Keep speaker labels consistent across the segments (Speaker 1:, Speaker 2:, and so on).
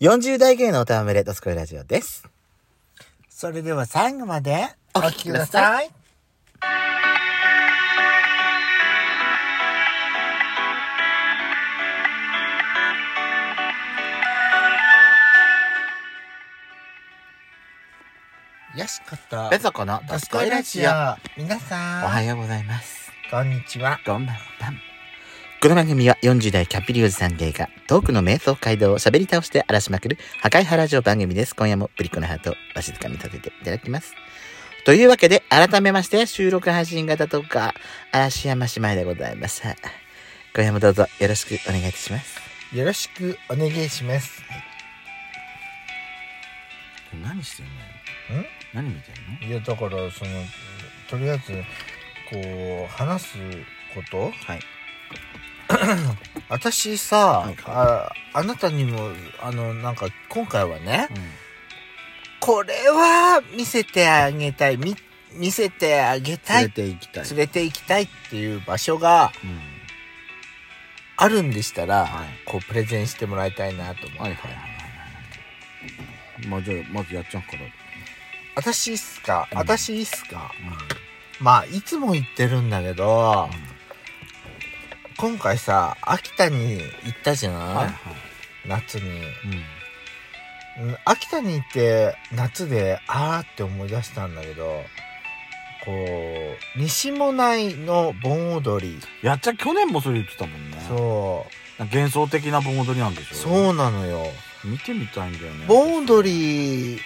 Speaker 1: 40代芸のおたわめでドスコイラジオです。
Speaker 2: それでは最後まで
Speaker 1: お
Speaker 2: お
Speaker 1: 聞
Speaker 2: 聞
Speaker 1: き
Speaker 2: き
Speaker 1: く
Speaker 2: く
Speaker 1: だ
Speaker 2: だ
Speaker 1: さ
Speaker 2: さい。よしこと。
Speaker 1: ベソコのド
Speaker 2: ド
Speaker 1: ス
Speaker 2: ス
Speaker 1: コ
Speaker 2: コ
Speaker 1: イ
Speaker 2: イ
Speaker 1: ラ
Speaker 2: ラ
Speaker 1: ジ
Speaker 2: ジ
Speaker 1: オ
Speaker 2: オ。。皆さん。
Speaker 1: おはようございます。
Speaker 2: こんにちは。
Speaker 1: こんばんは。この番組は40代キャッピリおじさん芸がトークの瞑想街道を喋り倒して荒らしまくる破壊派ラジオ番組です。今夜もプリコのハートをわしづかみさせていただきます。というわけで、改めまして収録配信型とか嵐山姉妹でございます。今夜もどうぞよろしくお願いいたします。
Speaker 2: よろしくお願いします。
Speaker 1: 何してんの
Speaker 2: ん
Speaker 1: 何見てんの
Speaker 2: いや、だから、その、とりあえず、こう、話すこと
Speaker 1: はい。
Speaker 2: 私さ、
Speaker 1: はい
Speaker 2: ああなたにもあのなんか今回はねこれは見せてあげたいみ見せてあげたい連
Speaker 1: て行きた
Speaker 2: れて行きたいっていう場所があるんでしたら、
Speaker 1: はい
Speaker 2: こうプレゼンしてもらいたいなと思って、
Speaker 1: はいはいはいはいはい。まあじゃあ、まずやっちゃうから。
Speaker 2: 私いいっすか、
Speaker 1: うん
Speaker 2: 私いいっすかまあいつも言ってるんだけど、今回さ秋田に行ったじゃない、
Speaker 1: はいはい。
Speaker 2: 夏に。
Speaker 1: うん。
Speaker 2: うん秋田に行って夏であーって思い出したんだけどこう西もないの盆踊り
Speaker 3: やっちゃ去年もそれ言ってたもんね
Speaker 2: そう
Speaker 3: 幻想的な盆踊りなんでしょ
Speaker 2: そうなのよ
Speaker 3: 見てみたいんだよね
Speaker 2: 盆踊り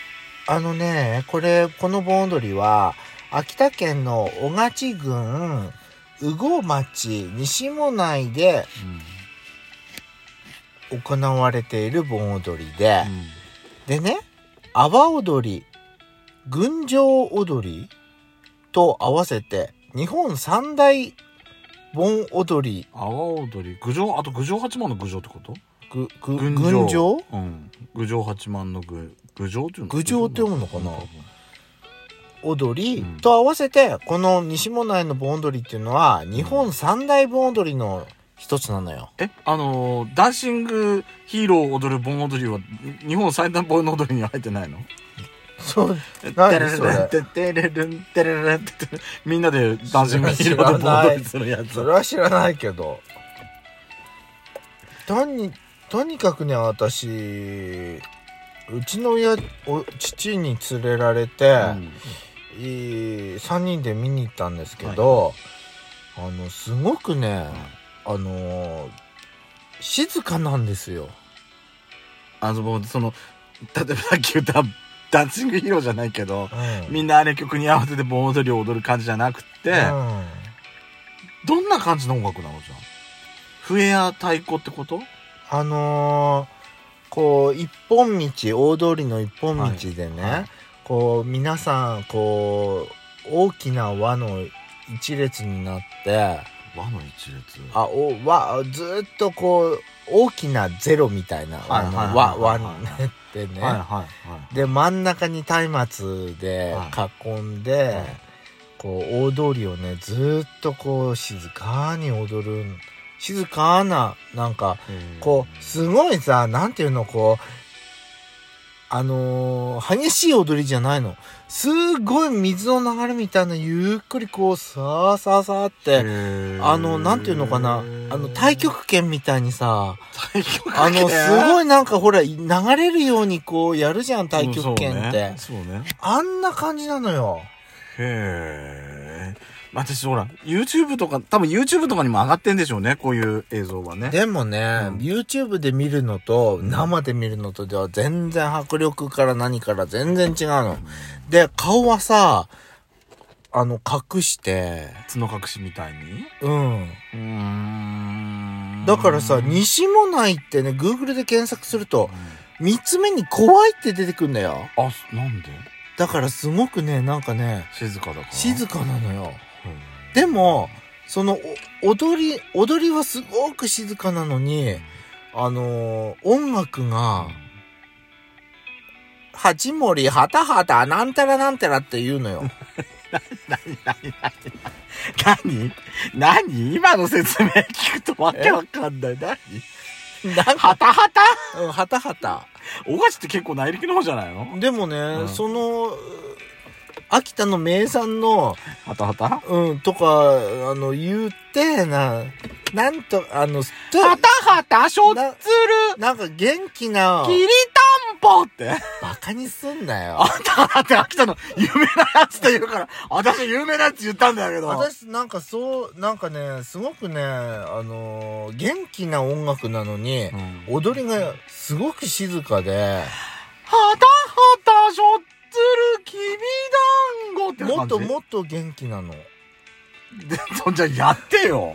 Speaker 2: あのねこれこの盆踊りは秋田県の小勝郡羽後町西もないで
Speaker 3: うん
Speaker 2: 行われている盆踊りで、
Speaker 3: うん
Speaker 2: でね、阿波踊り、群青踊りと合わせて、日本三大盆踊り、
Speaker 3: 阿波踊り郡上あと郡上八幡の郡上ってこと
Speaker 2: ぐ、ぐ、
Speaker 3: 群
Speaker 2: 群青
Speaker 3: うん郡上八幡の郡郡上っていうの
Speaker 2: 郡上って読むのかな踊り
Speaker 3: うん
Speaker 2: と合わせて、この西門内の盆踊りっていうのは、日本三大盆踊りの一つなのよ。
Speaker 3: えあのーダンシングヒーロー踊る盆踊りはに日本最大盆踊りには入ってないの
Speaker 2: そう、
Speaker 3: テ
Speaker 2: 何
Speaker 3: レ
Speaker 2: そ
Speaker 3: レン
Speaker 2: れ。
Speaker 3: テテレレンテレレンテテレみんなでダンシングヒーローで盆踊りするやつ
Speaker 2: それは知らないけど。とに、とにかくね、私、うちの親、お父に連れられて、
Speaker 3: うん
Speaker 2: えー3人で見に行ったんですけど、あのすごくね、あのー静かなんですよ
Speaker 3: あのもうその例えばさっき言ったダンシングヒーローじゃないけど
Speaker 2: うん
Speaker 3: みんなあれ曲に合わせて盆踊りを踊る感じじゃなくて、
Speaker 2: うん
Speaker 3: どんな感じの音楽なのじゃん笛や太鼓ってこと
Speaker 2: あのーこう一本道大通りの一本道でね、
Speaker 3: はいはい
Speaker 2: こう皆さんこう大きな輪の一列になって
Speaker 3: 和の一列
Speaker 2: あお輪ずーっとこう大きなゼロみたいな
Speaker 3: はい
Speaker 2: あ
Speaker 3: はい
Speaker 2: の
Speaker 3: は
Speaker 2: 輪
Speaker 3: い
Speaker 2: 輪
Speaker 3: はい
Speaker 2: になってね、
Speaker 3: はいはいはい
Speaker 2: で真ん中に松明で囲んで、
Speaker 3: はい
Speaker 2: こう大通りをねずーっとこう静かに踊る静かななんかこうすごいさなんていうのこうあのー激しい踊りじゃないのすごい水の流れみたいなゆっくりこうさーさーさーって、あのなんていうのかなあの太極拳みたいにさ
Speaker 3: 太極拳
Speaker 2: あの、すごいなんかほら、流れるようにこうやるじゃん、太極拳って。
Speaker 3: うんそうねそうね
Speaker 2: あんな感じなのよ。
Speaker 3: へえ私ほら YouTube とか多分 YouTube とかにも上がってんでしょうねこういう映像はね
Speaker 2: でもね、YouTube で見るのと、生で見るのとでは全然迫力から何から全然違うの。で、顔はさ、あの、隠して、
Speaker 3: 角隠しみたいに
Speaker 2: うん。
Speaker 3: うーん
Speaker 2: だからさ、西もないってね、Google で検索すると、三つ目に怖いって出てくんだよ。
Speaker 3: あそなんで
Speaker 2: だからすごくね、なんかね、
Speaker 3: 静かだから
Speaker 2: 静かなのよ。
Speaker 3: うん
Speaker 2: でも、その、お踊り、踊りはすごく静かなのに、あのー音楽が、はちもり、はたはた、なんたらなんたらって言 うのよ。
Speaker 3: 何何今の説明聞くとわけわかんない。何
Speaker 2: なんか、
Speaker 3: はたはた
Speaker 2: うんはたはた。
Speaker 3: 小菓子って結構内陸の方じゃないの
Speaker 2: でもね、
Speaker 3: ん
Speaker 2: その、秋田の名産の、
Speaker 3: はたはたは
Speaker 2: うん、とか、あの、言って、な、なんと、あの、スト
Speaker 3: たはたしょっつる
Speaker 2: なんか元気な、
Speaker 3: きりたんぽって。
Speaker 2: バカにすんなよ
Speaker 3: あ。んただって秋田の有名なやつって言うから、私有名なやつ言ったんだけど。
Speaker 2: 私なんかそうなんかねすごくねあのー元気な音楽なのに、
Speaker 3: うん
Speaker 2: 踊りがすごく静かで
Speaker 3: はたはたしょっつるきびだんごって
Speaker 2: もっ
Speaker 3: 感じ
Speaker 2: ともっと元気なの
Speaker 3: でそんじゃやってよ。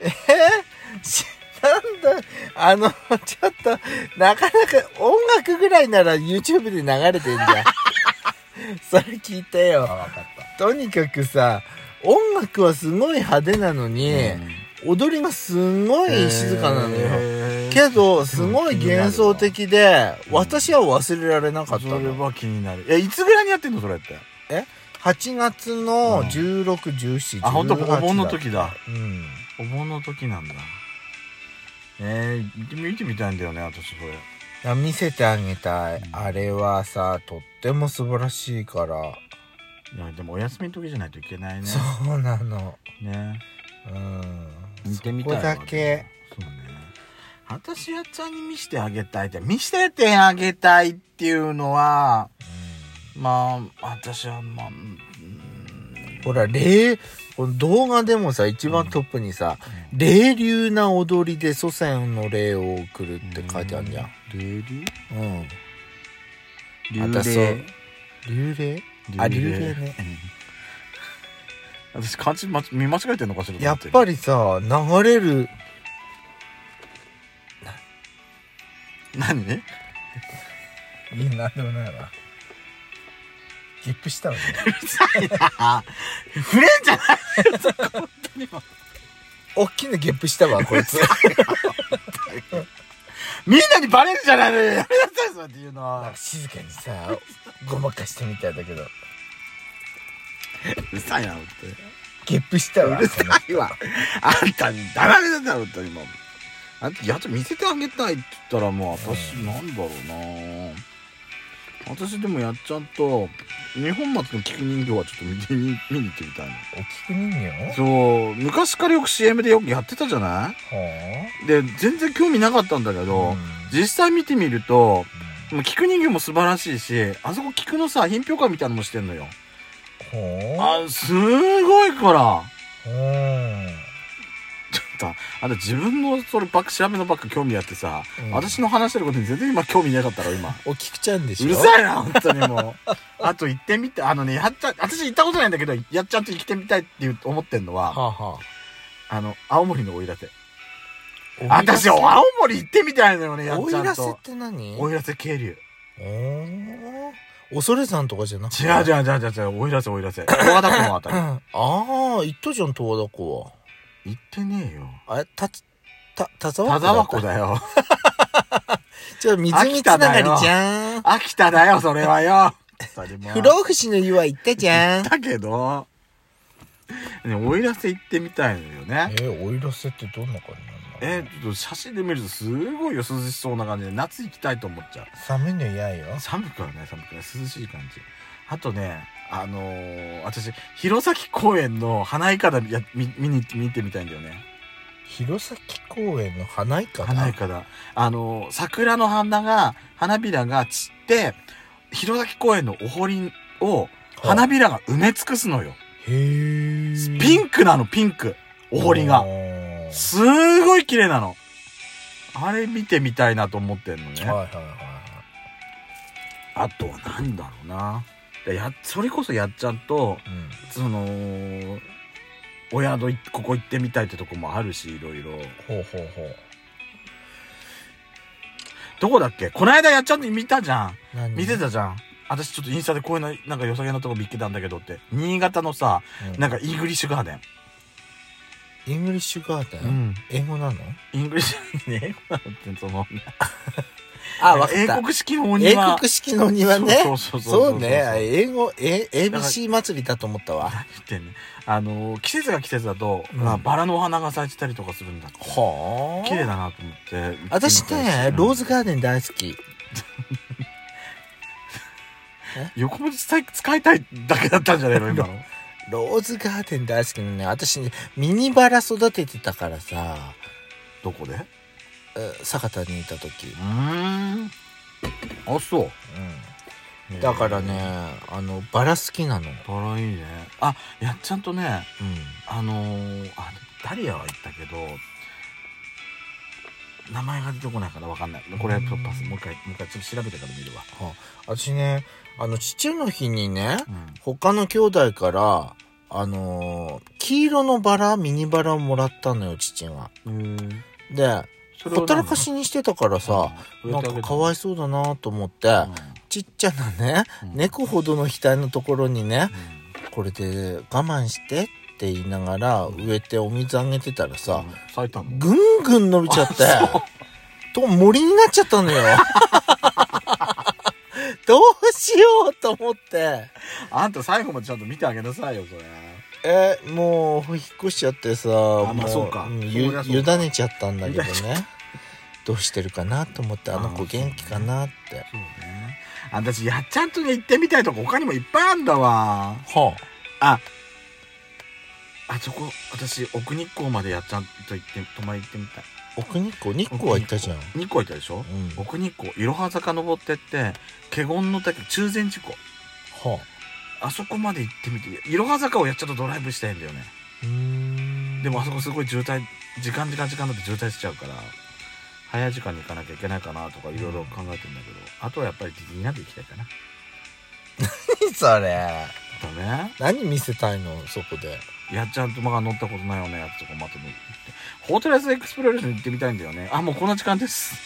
Speaker 2: えし なんだあのちょっとなかなか音楽ぐらいなら YouTube で流れてんじ ゃんそれ聞いてよとにかくさ音楽はすごい派手なのに、踊りがすごい静かなのよ、
Speaker 3: よ
Speaker 2: けどすごい幻想的で私は忘れられなかった
Speaker 3: それ
Speaker 2: の
Speaker 3: は気になる。いや、いつぐらいにやってんのそれって。
Speaker 2: 8月の
Speaker 3: うん
Speaker 2: 1617
Speaker 3: あ、ほんと、お盆の時だ。
Speaker 2: うん
Speaker 3: お盆の時なんだ。えー、見てみたいんだよね、私これ。
Speaker 2: いや見せてあげたい、
Speaker 3: うん
Speaker 2: あれはさとっても素晴らしいから
Speaker 3: いや、でもお休みの時じゃないといけないね。
Speaker 2: そうなの
Speaker 3: ね。
Speaker 2: うん
Speaker 3: 見てみたいわ
Speaker 2: そこだけ。
Speaker 3: そうね。私やちゃんに見せてあげたいって、見せてあげたいっていうのは、まあ、私は、まあ、うん
Speaker 2: うんほら霊この動画でもさ一番トップにさ「霊流な踊りで祖先の霊を送る」って書いてあるじゃん。
Speaker 3: 流流
Speaker 2: うん
Speaker 3: 流
Speaker 2: またそう
Speaker 3: 霊
Speaker 2: 幽霊あ流霊ね。
Speaker 3: うん私漢字ま見間違えてんのかしら
Speaker 2: やっぱ
Speaker 3: り
Speaker 2: りさ流れる
Speaker 3: 何 ね
Speaker 2: いやなんでもないわゲップしたわね
Speaker 3: フレンじゃない
Speaker 2: おっきなゲップしたわこいつ
Speaker 3: みんなにバレるじゃないのよやめなさいそうやっていうのは
Speaker 2: 静かにさごまかしてみたんだけど
Speaker 3: うるさいなほんとに
Speaker 2: ゲップしたわ
Speaker 3: うるさいわあんたにだらめだなほんとに今あんたやつ見せてあげたいって言ったらもう私
Speaker 2: うん
Speaker 3: なんだろうな私でもやっちゃんと日本松の菊人形はちょっと見てみ見に行ってみたいな
Speaker 2: お菊人形
Speaker 3: そう昔からよく CM でよくやってたじゃな
Speaker 2: はい
Speaker 3: で全然興味なかったんだけ
Speaker 2: あ
Speaker 3: ど、実際見てみるともう菊人形も素晴らしいしあそこ菊のさ品評会みたいなのもしてんのよ
Speaker 2: ほ
Speaker 3: あすごいから
Speaker 2: ほうん
Speaker 3: ちょっとあんた自分のそれバック調べのバック興味あってさ、
Speaker 2: うん
Speaker 3: 私の話してることに全然今興味なかったろ今
Speaker 2: お菊ちゃんでし
Speaker 3: う
Speaker 2: ょ
Speaker 3: るさいな本当にもうあと行ってみてあのねやっちゃん私行ったことないんだけどやっちゃんと行ってみたいっていう思ってんのは
Speaker 2: はあ、は
Speaker 3: あの青森の追いだて
Speaker 2: あ、
Speaker 3: 私青森行ってみたいのよねやっ
Speaker 2: お
Speaker 3: ち
Speaker 2: い
Speaker 3: ゃん
Speaker 2: らせっ
Speaker 3: と
Speaker 2: て何
Speaker 3: 追いらせ渓流
Speaker 2: お恐れさんとかじゃなく
Speaker 3: 違う違う違う違う違う追いらせ追いらせ十和田湖のあたり
Speaker 2: ああ言ったじゃん十和田湖は
Speaker 3: 行ってねえよ
Speaker 2: あれたつた田沢
Speaker 3: 田
Speaker 2: 湖だ
Speaker 3: 沢
Speaker 2: った
Speaker 3: 湖だよ
Speaker 2: じゃあ水につながりじゃん。
Speaker 3: 秋田だよそれはよ
Speaker 2: 不老不死の湯は行ったじゃん。
Speaker 3: だけどねおいらせ行ってみたいのよね
Speaker 2: え、おいらせってどんな感じ
Speaker 3: えちょっと写真で見るとすごいよ涼しそうな感じで夏行きたいと思っちゃう
Speaker 2: 寒いの嫌よ。
Speaker 3: 寒くはない寒くない涼しい感じあとねあのー、私弘前公園の花いかだや見見に行って見てみたいんだよね
Speaker 2: 弘前公園の花いかだ。
Speaker 3: 花いかだあのー桜の花が花びらが散って弘前公園のお堀を花
Speaker 2: 火。
Speaker 3: びらが埋め尽くすのよ
Speaker 2: へー。
Speaker 3: ピンクなのピンクお堀が
Speaker 2: あー
Speaker 3: すーごい綺麗なのあれ見てみたいなと思ってんのね
Speaker 2: はいはいは
Speaker 3: あとは何だろうなやそれこそやっちゃんと
Speaker 2: い。うん。
Speaker 3: そのお宿いここ行ってみたいってとこもあるしいろいろ
Speaker 2: ほうほうほう。
Speaker 3: どこだっけこないだやっちゃんと見たじゃん
Speaker 2: 何
Speaker 3: 見てたじゃん私ちょっとインスタでこういうのなんか良さげなとこ見っけたんだけどって新潟のさなん
Speaker 2: か、
Speaker 3: かイングリッシュガーデン
Speaker 2: イングリッシュガーデン、英語なの
Speaker 3: イングリッシュねえなんてその
Speaker 2: あ、わかっ
Speaker 3: 英
Speaker 2: た。
Speaker 3: 国式のお
Speaker 2: 英
Speaker 3: 庭。
Speaker 2: 国式の庭ね。
Speaker 3: そうそうそう
Speaker 2: そ
Speaker 3: そう
Speaker 2: うね。英語、え、
Speaker 3: だか
Speaker 2: ABC 祭りだと思ったわ。
Speaker 3: 何言ってんのあの季節が季節だと、
Speaker 2: うん
Speaker 3: まあ、バラのお花が咲いてたりとかするんだって
Speaker 2: ほ
Speaker 3: 綺麗だなと思って
Speaker 2: 私ね、ローズ
Speaker 3: が
Speaker 2: ガーデン大好き。
Speaker 3: 横文字使い使いたいだけだったんじゃないの今の
Speaker 2: ローズガーデン大好きなのね。私ね、ミニバラ育ててたからさ、
Speaker 3: どこでう
Speaker 2: え坂田にいた時。
Speaker 3: ーんあそう
Speaker 2: うん。だからね、あの、バラ好きなの。うん。
Speaker 3: バラいいねあやっちゃんとねあのー、あダリアは言ったけど名前が出てこないからわかんないこれはパスもう一回もう一回ちょっと調べてから見るわ、
Speaker 2: 私ね、あの、父の日にね、
Speaker 3: うん
Speaker 2: 他の兄弟から、あのー黄色のバラ、ミニバラをもらったのよ、父が。で、
Speaker 3: それを
Speaker 2: ほったらかしにしてたからさ、
Speaker 3: うん
Speaker 2: なんかかわいそうだなと思って、ちっちゃなね、
Speaker 3: うん
Speaker 2: 猫ほどの額のところにね、
Speaker 3: うん
Speaker 2: これで我慢してって言いながら植えてお水あげてたらさ、
Speaker 3: 咲いたの
Speaker 2: ぐんぐん伸びちゃって、と森になっちゃったのよ。 どうしようと思って。
Speaker 3: あんた最後までちゃんと見てあげなさいよそれ
Speaker 2: えーもう引っ越しちゃってさ
Speaker 3: まあ
Speaker 2: も
Speaker 3: そうか
Speaker 2: ん
Speaker 3: そ
Speaker 2: ゆ
Speaker 3: りゃ
Speaker 2: 委
Speaker 3: そうか
Speaker 2: ねちゃったんだけど
Speaker 3: 委ねち
Speaker 2: ねどうしてるかなと思ってあの
Speaker 3: あ
Speaker 2: 子
Speaker 3: ーそうね
Speaker 2: 元気かなって
Speaker 3: そうねあ私やっちゃんとね行ってみたいとこ他にもいっぱいあんだわ
Speaker 2: は
Speaker 3: あそこ私奥日光までやっちゃんと行って泊まり行ってみたい
Speaker 2: あ奥日光日光は行ったじゃん、う
Speaker 3: 日光行ったでしょ
Speaker 2: ん、は
Speaker 3: 奥日光いろは坂登ってって華厳の滝中禅寺湖
Speaker 2: あ
Speaker 3: あそこまで行ってみていろは坂をやっちゃんとドライブしたいんだよね
Speaker 2: うーん
Speaker 3: でもあそこすごい渋滞時間時間時間だって渋滞しちゃうから早い時間に行かなきゃいけないかなとかいろいろ考えてんだけど、あとはやっぱりディズニーランド行きたいかな
Speaker 2: 何それ
Speaker 3: だね
Speaker 2: 何見せたいのそこで
Speaker 3: やっちゃんとまが乗ったことないようなやつとかまた乗ってホテルエスエクスプレスに行ってみたいんだよねあもうこんな時間です